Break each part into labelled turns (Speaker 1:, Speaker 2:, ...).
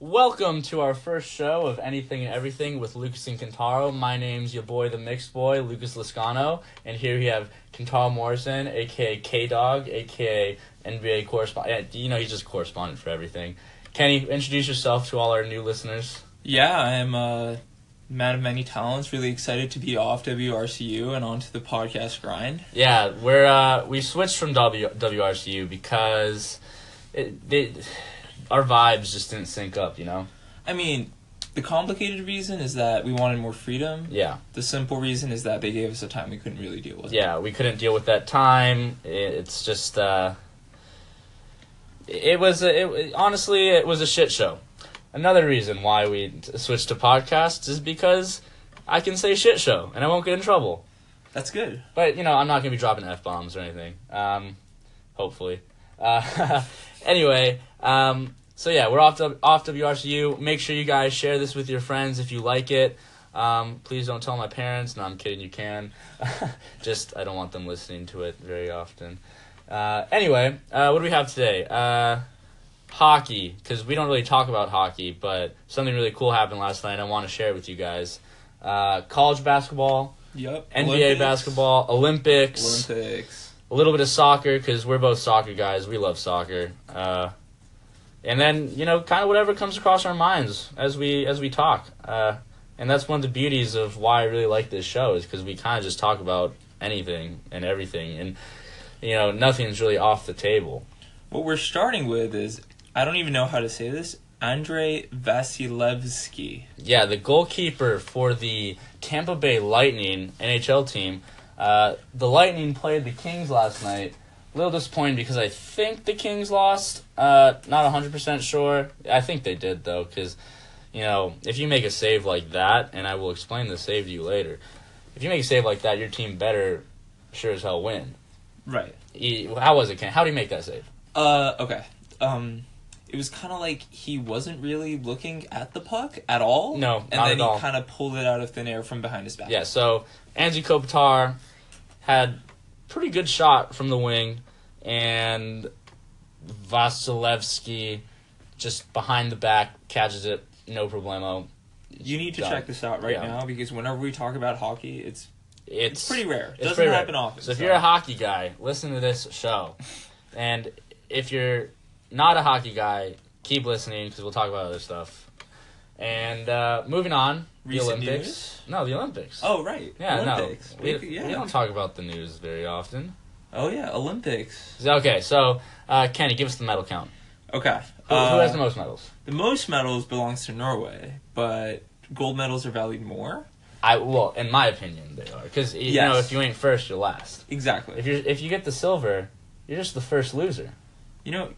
Speaker 1: Welcome to our first show of Anything and Everything with Lucas and Kentaro. My name's your boy, the mixed boy, Lucas Lascano, and here we have Kentaro Morrison, aka K Dog, aka NBA correspondent. You know, he's just correspondent for everything. Kenny, introduce yourself to all our new listeners.
Speaker 2: Yeah, I'm a man of many talents. Really excited to be off WRCU and onto the podcast grind.
Speaker 1: Yeah, we're uh, we switched from w- WRCU because it, they, our vibes just didn't sync up. You know?
Speaker 2: I mean, the complicated reason is that we wanted more freedom.
Speaker 1: Yeah,
Speaker 2: The simple reason is that they gave us a time we couldn't really deal with.
Speaker 1: yeah. We couldn't deal with that time. It, it's just uh, it was a, it, it- honestly it was a shit show. Another reason why we t- switched to podcasts is because I can say shit show and I won't get in trouble.
Speaker 2: That's good.
Speaker 1: But you know, I'm not gonna be dropping f bombs or anything. Um, hopefully. Uh, anyway, um, so yeah, we're off to off WRCU. Make sure you guys share this with your friends if you like it. Um, please don't tell my parents. No, I'm kidding. You can. Just I don't want them listening to it very often. Uh, anyway, uh, what do we have today? Uh, hockey, because we don't really talk about hockey, but something really cool happened last night. I want to share it with you guys. Uh, college basketball.
Speaker 2: Yep.
Speaker 1: NBA
Speaker 2: Olympics.
Speaker 1: basketball, Olympics,
Speaker 2: Olympics.
Speaker 1: a little bit of soccer because we're both soccer guys. We love soccer, uh, and then you know, kind of whatever comes across our minds as we as we talk. Uh, and that's one of the beauties of why I really like this show is because we kind of just talk about anything and everything, and you know, nothing's really off the table.
Speaker 2: What we're starting with is I don't even know how to say this. Andre Vasilevsky.
Speaker 1: Yeah, the goalkeeper for the Tampa Bay Lightning NHL team. Uh, the Lightning played the Kings last night. A little disappointed because I think the Kings lost. Uh, not 100% sure. I think they did, though, because, you know, if you make a save like that, and I will explain the save to you later, if you make a save like that, your team better sure as hell win.
Speaker 2: Right.
Speaker 1: E- How was it, Ken? How do you make that save?
Speaker 2: Uh okay. Um it was kind of like he wasn't really looking at the puck at all.
Speaker 1: No,
Speaker 2: and
Speaker 1: not
Speaker 2: then
Speaker 1: at
Speaker 2: he
Speaker 1: all.
Speaker 2: kind of pulled it out of thin air from behind his back.
Speaker 1: Yeah, so Angie Kopitar had pretty good shot from the wing, and Vasilevsky just behind the back catches it, no problemo.
Speaker 2: You need to
Speaker 1: Done.
Speaker 2: check this out right
Speaker 1: Yeah.
Speaker 2: now because whenever we talk about hockey, it's
Speaker 1: It's,
Speaker 2: it's, pretty rare. It
Speaker 1: it's
Speaker 2: doesn't
Speaker 1: pretty rare.
Speaker 2: happen often.
Speaker 1: So if you're a hockey guy, listen to this show, and if you're not a hockey guy, keep listening because we'll talk about other stuff. And uh, moving on,
Speaker 2: Recent
Speaker 1: the Olympics.
Speaker 2: news?
Speaker 1: No, the Olympics.
Speaker 2: Oh right.
Speaker 1: Yeah,
Speaker 2: Olympics.
Speaker 1: no,
Speaker 2: We
Speaker 1: we,
Speaker 2: could- yeah.
Speaker 1: we don't talk about the news very often.
Speaker 2: oh yeah, Olympics.
Speaker 1: Okay, so uh, Kenny, give us the medal count.
Speaker 2: Okay.
Speaker 1: Who,
Speaker 2: uh,
Speaker 1: who has the most medals?
Speaker 2: the most medals belongs to Norway, but gold medals are valued more.
Speaker 1: I well, in my opinion, they are because you
Speaker 2: Yes.
Speaker 1: know if you ain't first, you're last.
Speaker 2: Exactly.
Speaker 1: If you if you get the silver, you're just the first loser.
Speaker 2: You know,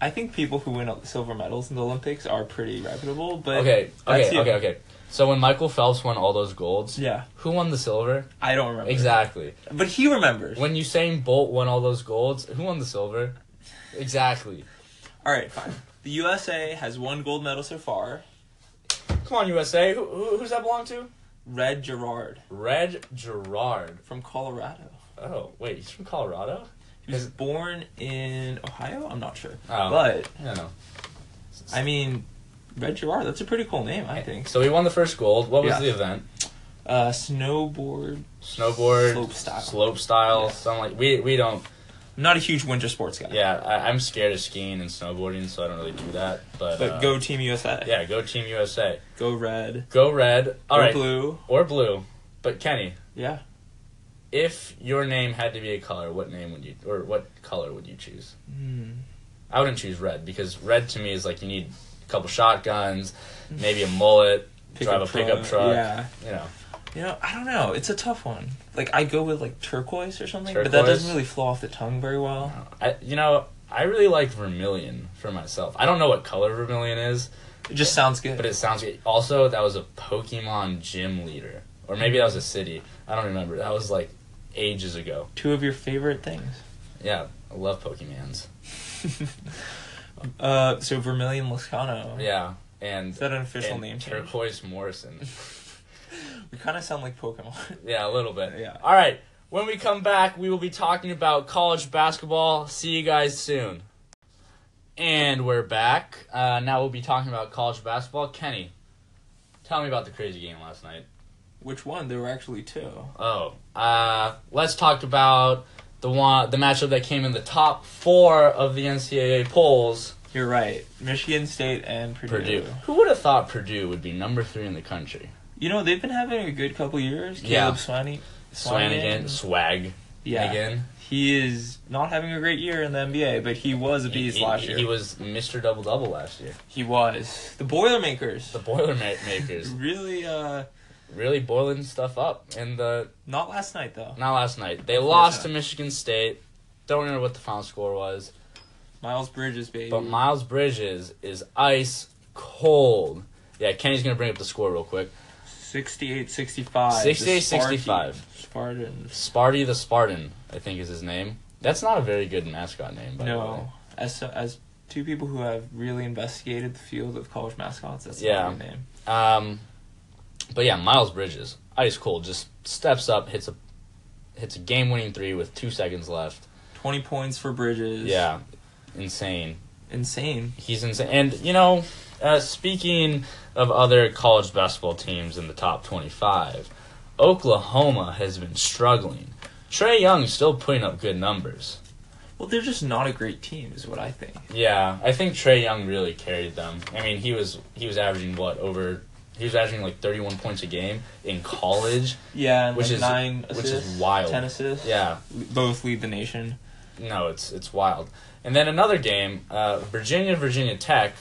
Speaker 2: I think people who win silver medals in the Olympics are pretty reputable, but
Speaker 1: Okay,
Speaker 2: that's
Speaker 1: okay,
Speaker 2: you.
Speaker 1: okay, okay. So when Michael Phelps won all those golds,
Speaker 2: Yeah,
Speaker 1: who won the silver?
Speaker 2: I don't remember
Speaker 1: Exactly.
Speaker 2: but he remembers.
Speaker 1: When Usain Bolt won all those golds, who won the silver? Exactly.
Speaker 2: All right, fine. The USA has one gold medal so far.
Speaker 1: Come on, USA. Who, who, who's that belong to?
Speaker 2: Red Gerard
Speaker 1: Red Gerard.
Speaker 2: from Colorado.
Speaker 1: Oh wait, he's from Colorado.
Speaker 2: He was
Speaker 1: Is-
Speaker 2: born in Ohio. I'm not sure,
Speaker 1: Oh,
Speaker 2: but
Speaker 1: I don't know.
Speaker 2: I mean, Red Gerard. That's a pretty cool name, I think.
Speaker 1: So he won the first gold. What was
Speaker 2: Yeah.
Speaker 1: the event?
Speaker 2: Uh, snowboard.
Speaker 1: snowboard,
Speaker 2: Slope style.
Speaker 1: slope style,
Speaker 2: Yeah.
Speaker 1: something like we we don't.
Speaker 2: I'm not a huge winter sports guy.
Speaker 1: Yeah, I, I'm scared of skiing and snowboarding, so I don't really do that. But,
Speaker 2: But
Speaker 1: uh,
Speaker 2: go Team USA.
Speaker 1: yeah, go Team USA,
Speaker 2: Go red.
Speaker 1: go red, all
Speaker 2: go
Speaker 1: right,
Speaker 2: blue.
Speaker 1: or blue. But Kenny,
Speaker 2: Yeah.
Speaker 1: if your name had to be a color, what name would you or what color would you choose?
Speaker 2: Hmm.
Speaker 1: I wouldn't choose red because red to me is like you need a couple shotguns,
Speaker 2: Mm.
Speaker 1: maybe a mullet, drive a pickup truck,
Speaker 2: Yeah.
Speaker 1: you know.
Speaker 2: You know, I don't know. It's a tough one. Like I go with like turquoise or something, but that
Speaker 1: Turquoise?
Speaker 2: doesn't really flow off the tongue very well.
Speaker 1: I you know I really like vermilion for myself. I don't know what color vermilion is.
Speaker 2: It just sounds good.
Speaker 1: But it sounds good. Also, that was a Pokemon gym leader. Or maybe that was a city. I don't remember. That was like ages ago.
Speaker 2: Two of your favorite things.
Speaker 1: Yeah, I love Pokemons.
Speaker 2: Uh, so Vermilion Lascano.
Speaker 1: Yeah. And,
Speaker 2: Is that an official
Speaker 1: and
Speaker 2: name? change?
Speaker 1: Turquoise Morrison.
Speaker 2: We kind of sound like Pokemon.
Speaker 1: Yeah, a little bit.
Speaker 2: Yeah.
Speaker 1: All right. When we come back, we will be talking about college basketball. See you guys soon. And we're back. Uh, now we'll be talking about college basketball. Kenny, tell me about the crazy game last night.
Speaker 2: Which one? There were actually two.
Speaker 1: Oh, uh, let's talk about the one, the matchup that came in the top four of the NCAA polls.
Speaker 2: You're right. Michigan State and Purdue.
Speaker 1: Purdue. Who would have thought Purdue would be number three in the country?
Speaker 2: You know they've been having a good couple years.
Speaker 1: Yeah.
Speaker 2: Caleb Swaney.
Speaker 1: Swanigan, swag
Speaker 2: Yeah.
Speaker 1: again.
Speaker 2: He is not having a great year in the NBA, but he was a beast
Speaker 1: he,
Speaker 2: last
Speaker 1: he-
Speaker 2: year.
Speaker 1: He was Mr. Double Double last year.
Speaker 2: He was. The Boilermakers.
Speaker 1: The Boilermakers
Speaker 2: Really, uh,
Speaker 1: really boiling stuff up, and the
Speaker 2: not last night though.
Speaker 1: not last night they
Speaker 2: Of course
Speaker 1: lost to
Speaker 2: not.
Speaker 1: Michigan State. Don't remember what the final score was.
Speaker 2: Miles Bridges, baby.
Speaker 1: But Miles Bridges is ice cold. Yeah, Kenny's gonna bring up the score real quick.
Speaker 2: 68 65.
Speaker 1: 68, 65.
Speaker 2: Spartan.
Speaker 1: Sparty the Spartan, I think is his name. That's not a very good mascot name, by the way.
Speaker 2: No. As, as two people who have really investigated the field of college mascots, that's
Speaker 1: Yeah.
Speaker 2: yeah. not a good name.
Speaker 1: Um, but yeah, Miles Bridges, ice cold, just steps up, hits a hits a game winning three with two seconds left.
Speaker 2: 20 points for Bridges.
Speaker 1: Yeah, insane.
Speaker 2: Insane.
Speaker 1: He's insane. And you know, uh, speaking of other college basketball teams in the top twenty five, Oklahoma has been struggling. Trey Young's still putting up good numbers.
Speaker 2: Well, they're just not a great team, is what I think.
Speaker 1: Yeah, I think Trey Young really carried them. I mean, he was he was averaging what over he was averaging like 31 points a game in college.
Speaker 2: Yeah, and
Speaker 1: Which
Speaker 2: like
Speaker 1: is-
Speaker 2: nine
Speaker 1: which is
Speaker 2: assists,
Speaker 1: wild.
Speaker 2: Ten assists.
Speaker 1: Yeah,
Speaker 2: Both lead the nation.
Speaker 1: no, it's it's wild. And then another game, uh, Virginia Virginia Tech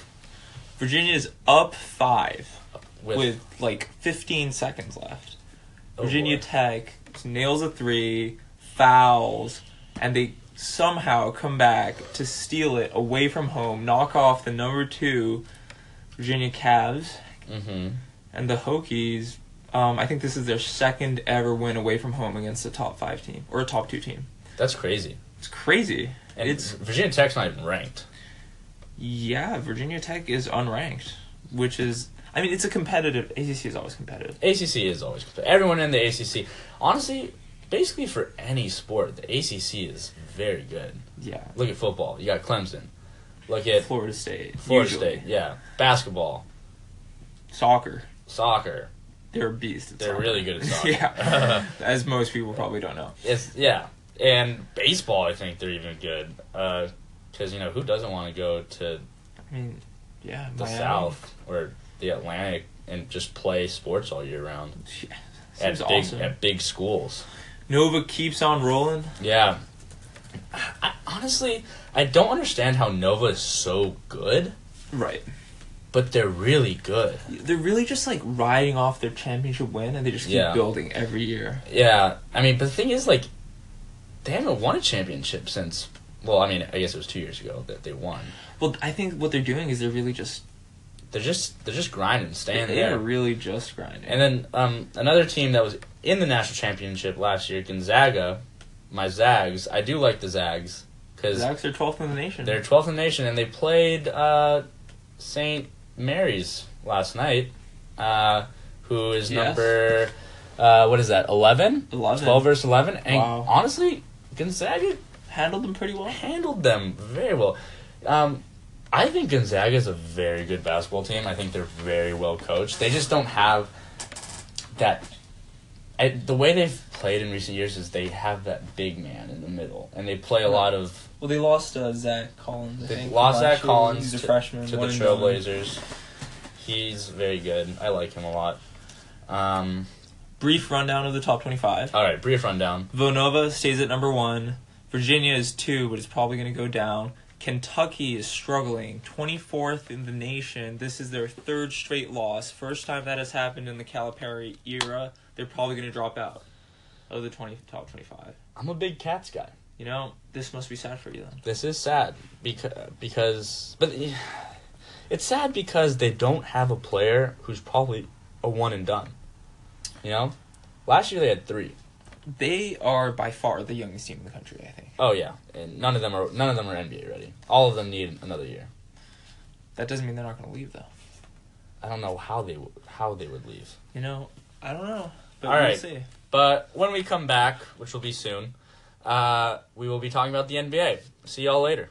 Speaker 2: Virginia's up five.
Speaker 1: with,
Speaker 2: with like 15 seconds left.
Speaker 1: oh,
Speaker 2: Virginia
Speaker 1: boy.
Speaker 2: Tech nails a three, fouls, and they somehow come back to steal it away from home, knock off the number two Virginia Cavs
Speaker 1: Mhm.
Speaker 2: and the Hokies. Um, I think this is their second ever win away from home against a top five team or a top two team.
Speaker 1: That's crazy.
Speaker 2: It's crazy.
Speaker 1: And
Speaker 2: It's-
Speaker 1: Virginia Tech's not even ranked.
Speaker 2: Yeah, Virginia Tech is unranked, which is. I mean, it's a competitive. ACC is always competitive.
Speaker 1: ACC is always everyone in the ACC. Honestly, basically for any sport, the ACC is very good.
Speaker 2: Yeah.
Speaker 1: Look at football. You got Clemson. Look at
Speaker 2: Florida State.
Speaker 1: Florida
Speaker 2: usually.
Speaker 1: State. Yeah, basketball,
Speaker 2: Soccer.
Speaker 1: soccer.
Speaker 2: They're a beast. At
Speaker 1: They're
Speaker 2: soccer.
Speaker 1: really good at soccer.
Speaker 2: yeah, as most people probably don't know.
Speaker 1: It's yeah, and baseball. I think they're even good because you know who doesn't want to go to
Speaker 2: I mean, yeah,
Speaker 1: the
Speaker 2: Miami.
Speaker 1: South or the Atlantic and just play sports all year round
Speaker 2: Yeah,
Speaker 1: at
Speaker 2: seems
Speaker 1: big
Speaker 2: awesome.
Speaker 1: at big schools.
Speaker 2: Nova keeps on rolling.
Speaker 1: Yeah, I, I- honestly, I don't understand how Nova is so good,
Speaker 2: Right.
Speaker 1: but they're really good.
Speaker 2: They're really just like riding off their championship win, and they just keep
Speaker 1: Yeah.
Speaker 2: building every year.
Speaker 1: Yeah, I mean, but the thing is, like, they haven't won a championship since. Well, I mean, I guess it was two years ago that they won.
Speaker 2: Well, I think what they're doing is they're really just
Speaker 1: They're just they're just grinding, staying
Speaker 2: they
Speaker 1: there.
Speaker 2: are really just grinding.
Speaker 1: And then um, another team that was in the national championship last year, Gonzaga, my Zags. I do like the Zags because
Speaker 2: Zags are twelfth in the nation.
Speaker 1: they're 12th in the nation, and they played uh, St. Mary's last night, uh, who is
Speaker 2: Yes.
Speaker 1: number, uh, what is that, 11?
Speaker 2: 11.
Speaker 1: 12 versus 11. And
Speaker 2: Wow.
Speaker 1: honestly, Gonzaga
Speaker 2: handled them pretty well.
Speaker 1: handled them very well. Um, I think Gonzaga is a very good basketball team. I think they're very well coached. They just don't have that. I, the way they've played in recent years is they have that big man in the middle, and they play a lot of
Speaker 2: Well, they lost uh, Zach Collins. I
Speaker 1: they
Speaker 2: think,
Speaker 1: lost
Speaker 2: last
Speaker 1: Zach
Speaker 2: year.
Speaker 1: Collins
Speaker 2: He's a
Speaker 1: to,
Speaker 2: freshman
Speaker 1: to the
Speaker 2: one and done.
Speaker 1: Trailblazers. He's very good. I like him a lot. Um,
Speaker 2: Brief rundown of the top twenty-five.
Speaker 1: all right, brief rundown.
Speaker 2: Villanova stays at number one. Virginia is two, but it's probably going to go down. Kentucky is struggling, 24th in the nation. This is their third straight loss. First time that has happened in the Calipari era. They're probably going to drop out of the 20, top 25.
Speaker 1: I'm a big Cats guy.
Speaker 2: You know, this must be sad for you then.
Speaker 1: This is sad because because but eh, it's sad because they don't have a player who's probably a one and done. You know, last year they had three.
Speaker 2: They are by far the youngest team in the country, I think.
Speaker 1: Oh yeah, and none of them are none of them are NBA ready. All of them need another year.
Speaker 2: That doesn't mean they're not going to leave, though.
Speaker 1: I don't know how they w- how they would leave.
Speaker 2: You know, I don't know. But
Speaker 1: All
Speaker 2: we'll
Speaker 1: right.
Speaker 2: see.
Speaker 1: But when we come back, which will be soon, uh, we will be talking about the NBA. See y'all later.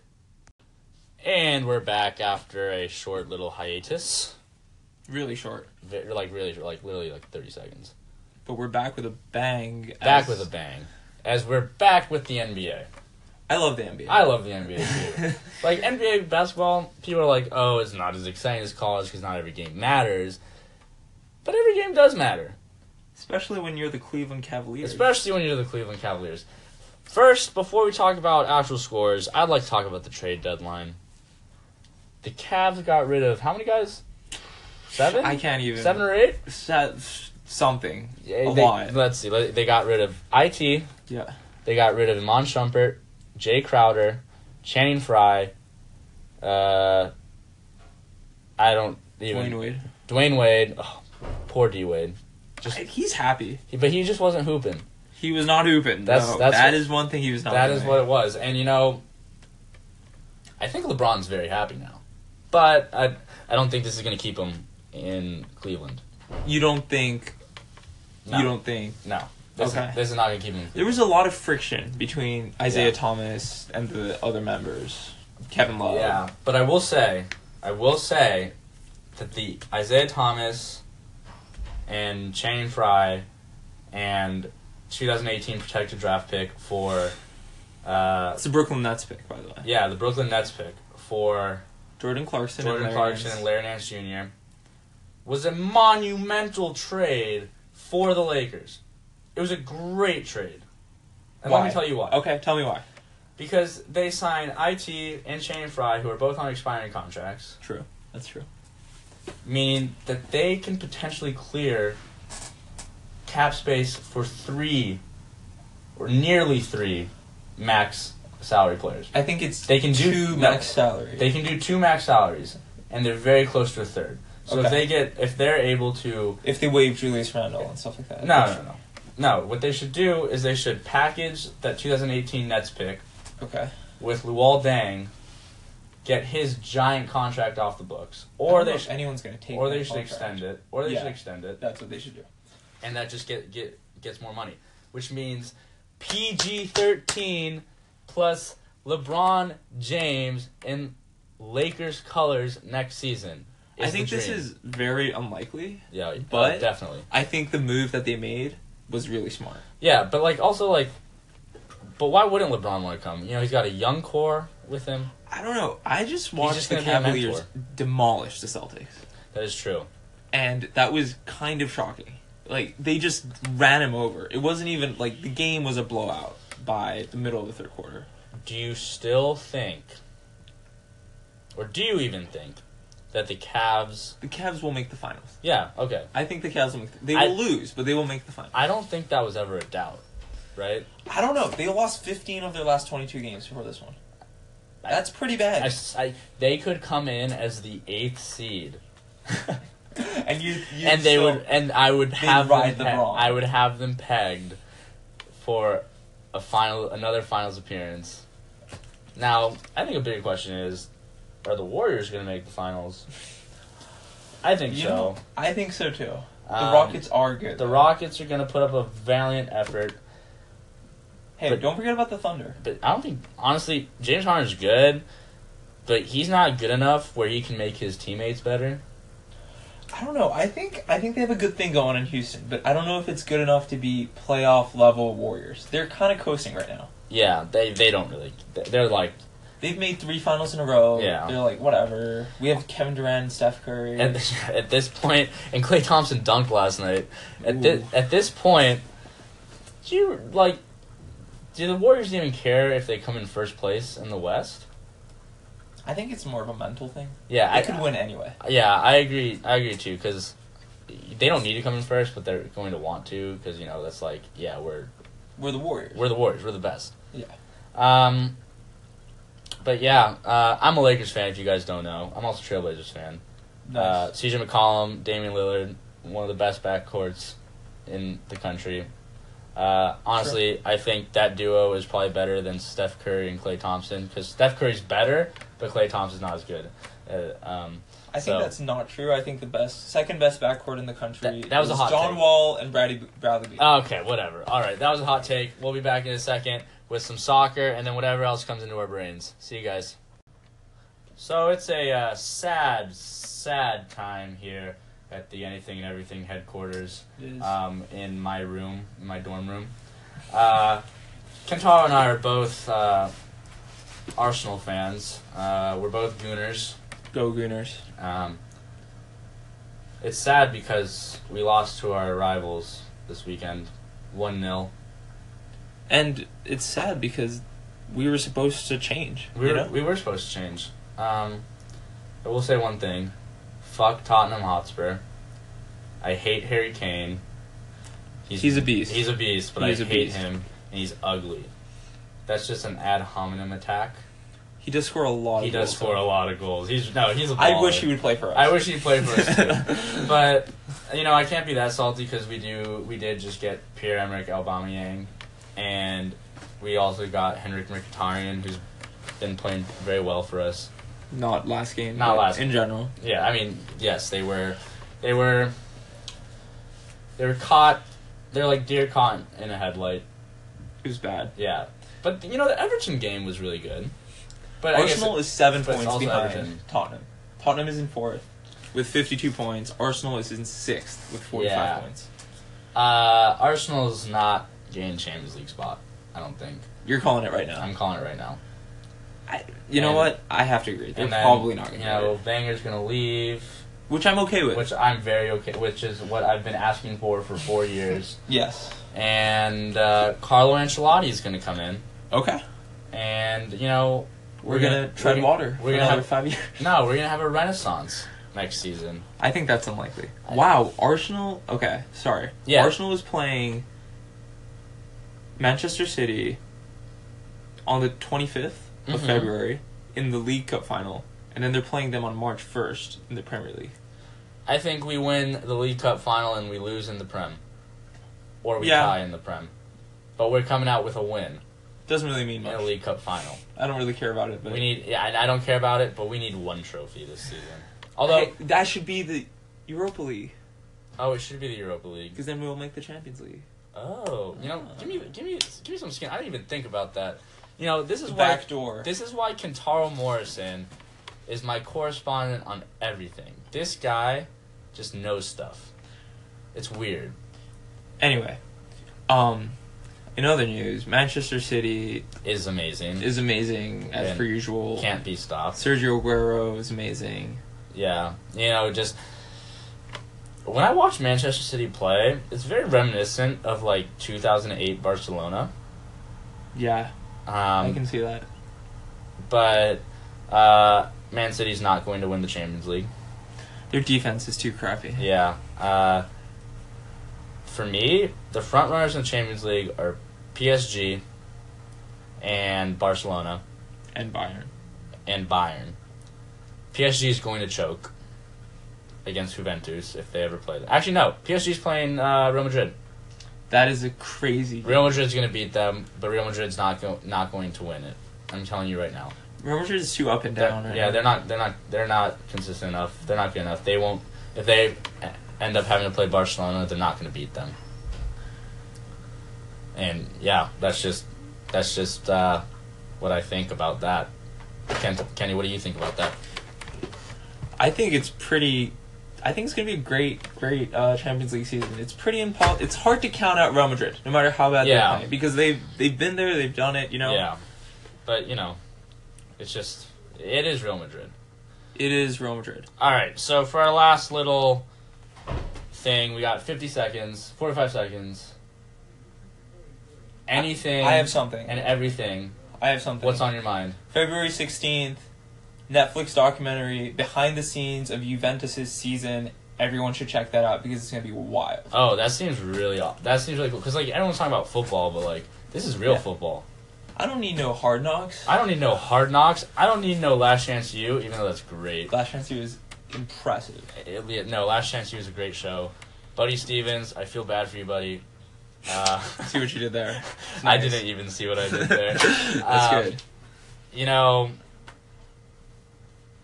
Speaker 1: And we're back after a short little hiatus.
Speaker 2: Really short.
Speaker 1: Ve- Like really, short, like literally like thirty seconds.
Speaker 2: But we're back with a bang.
Speaker 1: Back
Speaker 2: as-
Speaker 1: with a bang, as we're back with the NBA.
Speaker 2: I love the NBA.
Speaker 1: I love the NBA too. like NBA basketball, people are like, "Oh, it's not as exciting as college because not every game matters," but every game does matter,
Speaker 2: Especially when you're the Cleveland Cavaliers.
Speaker 1: especially when you're the Cleveland Cavaliers. First, before we talk about actual scores, I'd like to talk about the trade deadline. The Cavs got rid of how many guys? Seven,
Speaker 2: I can't even.
Speaker 1: seven or eight?
Speaker 2: Sa- something.
Speaker 1: Yeah,
Speaker 2: A
Speaker 1: they-
Speaker 2: lot.
Speaker 1: Let's see. let- They got rid of it.
Speaker 2: Yeah.
Speaker 1: They got rid of Iman Shumpert, Jay Crowder, Channing Frye. Uh, I don't even
Speaker 2: Dwayne Wade.
Speaker 1: Dwayne Wade. Oh, poor D Wade. Just
Speaker 2: He's happy.
Speaker 1: he- but he just wasn't hooping.
Speaker 2: He was not hooping.
Speaker 1: That's-
Speaker 2: no,
Speaker 1: that's
Speaker 2: that
Speaker 1: what-
Speaker 2: is one thing he was not.
Speaker 1: That
Speaker 2: doing.
Speaker 1: is what it was. And you know, I think LeBron's very happy now, but I I don't think this is gonna keep him in Cleveland.
Speaker 2: you don't think.
Speaker 1: No,
Speaker 2: You don't think
Speaker 1: No. This,
Speaker 2: Okay.
Speaker 1: is, this is not gonna keep him.
Speaker 2: there was a lot of friction between Isaiah
Speaker 1: Yeah.
Speaker 2: Thomas and the other members, Kevin Love.
Speaker 1: Yeah, but I will say, I will say that the Isaiah Thomas and Channing Frye and 2018 protected draft pick for, uh,
Speaker 2: It's the Brooklyn Nets pick, by the way.
Speaker 1: yeah, the Brooklyn Nets pick for
Speaker 2: Jordan Clarkson.
Speaker 1: Jordan
Speaker 2: and Larry
Speaker 1: Clarkson
Speaker 2: Nance.
Speaker 1: and Larry Nance Jr. was a monumental trade for the Lakers. It was a great trade. And let
Speaker 2: Why?
Speaker 1: me tell you why.
Speaker 2: Okay, tell me why.
Speaker 1: Because they signed IT and Channing Frye, who are both on expiring contracts.
Speaker 2: True. That's true.
Speaker 1: meaning that they can potentially clear cap space for three or nearly three max salary players.
Speaker 2: I think it's
Speaker 1: They can do-
Speaker 2: two
Speaker 1: no.
Speaker 2: max salary.
Speaker 1: They can do two max salaries, and they're very close to a third. So
Speaker 2: Okay.
Speaker 1: if they get, if they're able to,
Speaker 2: if they waive Julius Randle and stuff like that.
Speaker 1: no, no, no, no. What they should do is they should package that 2018 Nets pick
Speaker 2: Okay.
Speaker 1: with Luol Deng, get his giant contract off the books,
Speaker 2: I
Speaker 1: or
Speaker 2: don't know
Speaker 1: they,
Speaker 2: if
Speaker 1: sh-
Speaker 2: anyone's gonna take.
Speaker 1: or
Speaker 2: that
Speaker 1: they should
Speaker 2: contract.
Speaker 1: extend it, or they
Speaker 2: Yeah.
Speaker 1: should extend it.
Speaker 2: That's what they should do.
Speaker 1: and that just get get gets more money, which means PG thirteen plus LeBron James in Lakers colors next season.
Speaker 2: I
Speaker 1: is the
Speaker 2: think this
Speaker 1: dream.
Speaker 2: is very unlikely.
Speaker 1: yeah,
Speaker 2: but-
Speaker 1: but definitely
Speaker 2: I think the move that they made was really smart.
Speaker 1: yeah, but like also like, but why wouldn't LeBron want to come? You know, he's got a young core with him.
Speaker 2: I don't know. I just watched
Speaker 1: just
Speaker 2: the
Speaker 1: gonna be a
Speaker 2: Cavaliers
Speaker 1: mentor.
Speaker 2: demolish the Celtics,
Speaker 1: That is true.
Speaker 2: and that was kind of shocking. Like they just ran him over. It wasn't even like the game was a blowout by the middle of the third quarter.
Speaker 1: Do you still think, or do you even think, that the Cavs?
Speaker 2: The Cavs will make the finals.
Speaker 1: Yeah, okay.
Speaker 2: I think the Cavs will make. The, they will
Speaker 1: I-
Speaker 2: lose, but they will make the finals.
Speaker 1: I don't think that was ever a doubt, right?
Speaker 2: I don't know. They lost 15 of their last 22 games before this one. That's pretty
Speaker 1: I
Speaker 2: bad.
Speaker 1: s I they could come in as the eighth seed,
Speaker 2: and you, you
Speaker 1: and they
Speaker 2: still-
Speaker 1: would, and I would have
Speaker 2: ride the
Speaker 1: them. peg-
Speaker 2: wrong.
Speaker 1: I would have them pegged for a final, another finals appearance. Now, I think a bigger question is: Are the Warriors going to make the finals? I think
Speaker 2: You
Speaker 1: so.
Speaker 2: know, I think so too. The
Speaker 1: Um,
Speaker 2: Rockets are good.
Speaker 1: The Rockets are going to put up a valiant effort,
Speaker 2: Hey,
Speaker 1: but-
Speaker 2: don't forget about the Thunder.
Speaker 1: but I don't think honestly James Harden's good, but he's not good enough where he can make his teammates better.
Speaker 2: I don't know. I think I think they have a good thing going in Houston, but I don't know if it's good enough to be playoff level Warriors. They're kind of coasting right now.
Speaker 1: Yeah, they they don't really. they- They're like.
Speaker 2: They've made three finals in a row.
Speaker 1: Yeah.
Speaker 2: They're like whatever. We have Kevin Durant, Steph Curry.
Speaker 1: at this, at this point, and Clay Thompson dunked last night. At this,
Speaker 2: Ooh.
Speaker 1: at this point, do you like? Do the Warriors even care if they come in first place in the West?
Speaker 2: I think it's more of a mental thing.
Speaker 1: Yeah,
Speaker 2: I
Speaker 1: I
Speaker 2: could win anyway.
Speaker 1: Yeah, I agree. I agree too because they don't need to come in first, but they're going to want to because you know that's like yeah we're
Speaker 2: We're the Warriors.
Speaker 1: we're the Warriors, we're the best.
Speaker 2: Yeah.
Speaker 1: Um. But yeah, uh, I'm a Lakers fan. If you guys don't know, I'm also a Trailblazers fan.
Speaker 2: nice.
Speaker 1: Uh, CJ McCollum, Damian Lillard, one of the best backcourts in the country. Uh, honestly, I think that duo is probably better than Steph Curry and Clay Thompson because Steph Curry's better, but Clay Thompson's not as good. Uh, um,
Speaker 2: I think
Speaker 1: So-
Speaker 2: that's not true. I think the best, second best backcourt in the country.
Speaker 1: That- that was a
Speaker 2: is
Speaker 1: hot
Speaker 2: John
Speaker 1: take.
Speaker 2: Wall and Bradley Bradley Beal.
Speaker 1: okay, whatever. All right, that was a hot take. We'll be back in a second with some soccer and then whatever else comes into our brains. See you guys. So it's a uh, sad, sad time here at the Anything and Everything headquarters um, in my room, in my dorm room. Uh, Kentaro and I are both uh, Arsenal fans. Uh, we're both Gooners.
Speaker 2: Go Gooners.
Speaker 1: Um, it's sad because we lost to our rivals this weekend, one 0
Speaker 2: And it's sad because we were supposed to change.
Speaker 1: We
Speaker 2: you
Speaker 1: were
Speaker 2: know?
Speaker 1: we were supposed to change. Um, I will say one thing: fuck Tottenham Hotspur. I hate Harry Kane.
Speaker 2: He's a beast.
Speaker 1: He's a beast, but
Speaker 2: He is
Speaker 1: I
Speaker 2: a
Speaker 1: hate
Speaker 2: beast.
Speaker 1: him, and he's ugly. That's just an ad hominem attack.
Speaker 2: he does score a lot
Speaker 1: He
Speaker 2: of
Speaker 1: does
Speaker 2: goals,
Speaker 1: score
Speaker 2: though.
Speaker 1: a lot of goals. He's no, he's a.
Speaker 2: I wish
Speaker 1: baller.
Speaker 2: he would play for us.
Speaker 1: I wish he played for us too. but you know, I can't be that salty because we do. We did just get Pierre Emerick Aubameyang, and we also got Henrik Mkhitaryan, who's been playing very well for us.
Speaker 2: Not last game.
Speaker 1: Not
Speaker 2: but
Speaker 1: last
Speaker 2: In general.
Speaker 1: Yeah, I mean, yes, they were, they were, they were caught. They're like deer caught in a headlight.
Speaker 2: It was bad.
Speaker 1: Yeah, but you know the Everton game was really good. But
Speaker 2: Arsenal is seven
Speaker 1: but it's
Speaker 2: points
Speaker 1: also
Speaker 2: behind
Speaker 1: Everton.
Speaker 2: Tottenham. Tottenham is in fourth with 52 points. Arsenal is in sixth with 45
Speaker 1: Yeah.
Speaker 2: points.
Speaker 1: I guess uh, Arsenal's not getting Champions League spot. I don't think.
Speaker 2: You're calling it right now.
Speaker 1: I'm calling it right now.
Speaker 2: I, you know
Speaker 1: And-
Speaker 2: what? I have to agree. They're
Speaker 1: And then,
Speaker 2: probably not going
Speaker 1: You
Speaker 2: to get
Speaker 1: know,
Speaker 2: it,
Speaker 1: Wenger's gonna leave,
Speaker 2: which I'm okay with.
Speaker 1: which I'm very okay. Which is what I've been asking for for four years.
Speaker 2: yes.
Speaker 1: And uh, Carlo Ancelotti's gonna come in,
Speaker 2: Okay.
Speaker 1: and you know,
Speaker 2: We're,
Speaker 1: We're
Speaker 2: gonna,
Speaker 1: gonna-
Speaker 2: tread
Speaker 1: we're-
Speaker 2: water.
Speaker 1: we're
Speaker 2: for
Speaker 1: gonna
Speaker 2: another
Speaker 1: have-
Speaker 2: five years.
Speaker 1: no, we're gonna have a renaissance next season.
Speaker 2: I think that's unlikely.
Speaker 1: I-
Speaker 2: wow, Arsenal. Okay, sorry.
Speaker 1: Yeah.
Speaker 2: Arsenal was playing Manchester City on the 25th of
Speaker 1: Mhm.
Speaker 2: February in the League Cup final, and then they're playing them on March 1st in the Premier League.
Speaker 1: I think we win the League Cup final and we lose in the Prem, or we
Speaker 2: Yeah.
Speaker 1: tie in the Prem. But we're coming out with a win
Speaker 2: Doesn't really mean
Speaker 1: in a
Speaker 2: much.
Speaker 1: League Cup final.
Speaker 2: I don't really care about it, but
Speaker 1: We need, yeah, and I don't care about it, but we need one trophy this season. Although,
Speaker 2: Hey, that should be the Europa League
Speaker 1: oh, it should be the Europa League.
Speaker 2: because then we'll make the Champions League.
Speaker 1: Oh, you know,
Speaker 2: Ah.
Speaker 1: give me, give me, give me some skin. I didn't even think about that. You know, this is
Speaker 2: The
Speaker 1: why
Speaker 2: back door.
Speaker 1: this is why Kentaro Morrison is my correspondent on everything. This guy just knows stuff. It's weird.
Speaker 2: Anyway, um, in other news, Manchester City
Speaker 1: Is amazing.
Speaker 2: is amazing as
Speaker 1: And
Speaker 2: per usual.
Speaker 1: Can't be stopped.
Speaker 2: Sergio Aguero is amazing.
Speaker 1: Yeah, you know, just when I watch Manchester City play, it's very reminiscent of like 2008 Barcelona.
Speaker 2: Yeah, I
Speaker 1: Um,
Speaker 2: can see that.
Speaker 1: but uh, Man City's not going to win the Champions League.
Speaker 2: Their defense is too crappy.
Speaker 1: Yeah. Uh, for me, the front runners in the Champions League are PSG and Barcelona
Speaker 2: And Bayern.
Speaker 1: and Bayern. PSG is going to choke against Juventus if they ever play them. Actually, no. PSG's playing uh, Real Madrid.
Speaker 2: That is a crazy.
Speaker 1: Real Madrid's going to beat them, but Real Madrid's not go- not going to win it. I'm telling you right now.
Speaker 2: Real Madrid is too up and
Speaker 1: They're-
Speaker 2: down. Right
Speaker 1: yeah,
Speaker 2: now.
Speaker 1: they're not. They're not. They're not consistent enough. They're not good enough. They won't. If they end up having to play Barcelona, they're not going to beat them. And yeah, that's just that's just uh, what I think about that. Kent, Kenny, what do you think about that?
Speaker 2: I think it's pretty. I think it's gonna be a great, great uh, Champions League season. It's pretty impo- It's hard to count out Real Madrid, no matter how bad
Speaker 1: Yeah.
Speaker 2: they're playing, because they've they've been there, they've done it. You know,
Speaker 1: Yeah, but you know, it's just it is Real Madrid.
Speaker 2: it is Real Madrid.
Speaker 1: All right, so for our last little thing, we got fifty seconds, forty-five seconds. Anything
Speaker 2: I have something.
Speaker 1: and everything.
Speaker 2: I have something.
Speaker 1: What's on your mind?
Speaker 2: February 16th, Netflix documentary behind the scenes of Juventus's season. Everyone should check that out because it's gonna be wild.
Speaker 1: Oh, that seems really aw- that seems really cool because like everyone's talking about football, but like this is real
Speaker 2: Yeah.
Speaker 1: football.
Speaker 2: I don't need no hard knocks.
Speaker 1: I don't need no hard knocks. I don't need no last chance you, even though that's great.
Speaker 2: Last chance he was impressive.
Speaker 1: It- it- no, last chance you is a great show. Buddy Stevens, I feel bad for you, buddy. Uh,
Speaker 2: See what you did there. It's
Speaker 1: I
Speaker 2: nice.
Speaker 1: didn't even see what I did there.
Speaker 2: That's
Speaker 1: Um,
Speaker 2: good.
Speaker 1: You know,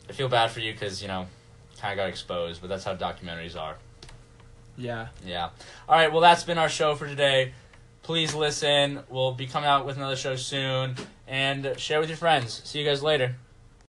Speaker 1: I feel bad for you because you know, kind of got exposed, but that's how documentaries are.
Speaker 2: Yeah.
Speaker 1: Yeah. All right. Well, that's been our show for today. Please listen. We'll be coming out with another show soon. And share with your friends. See you guys later.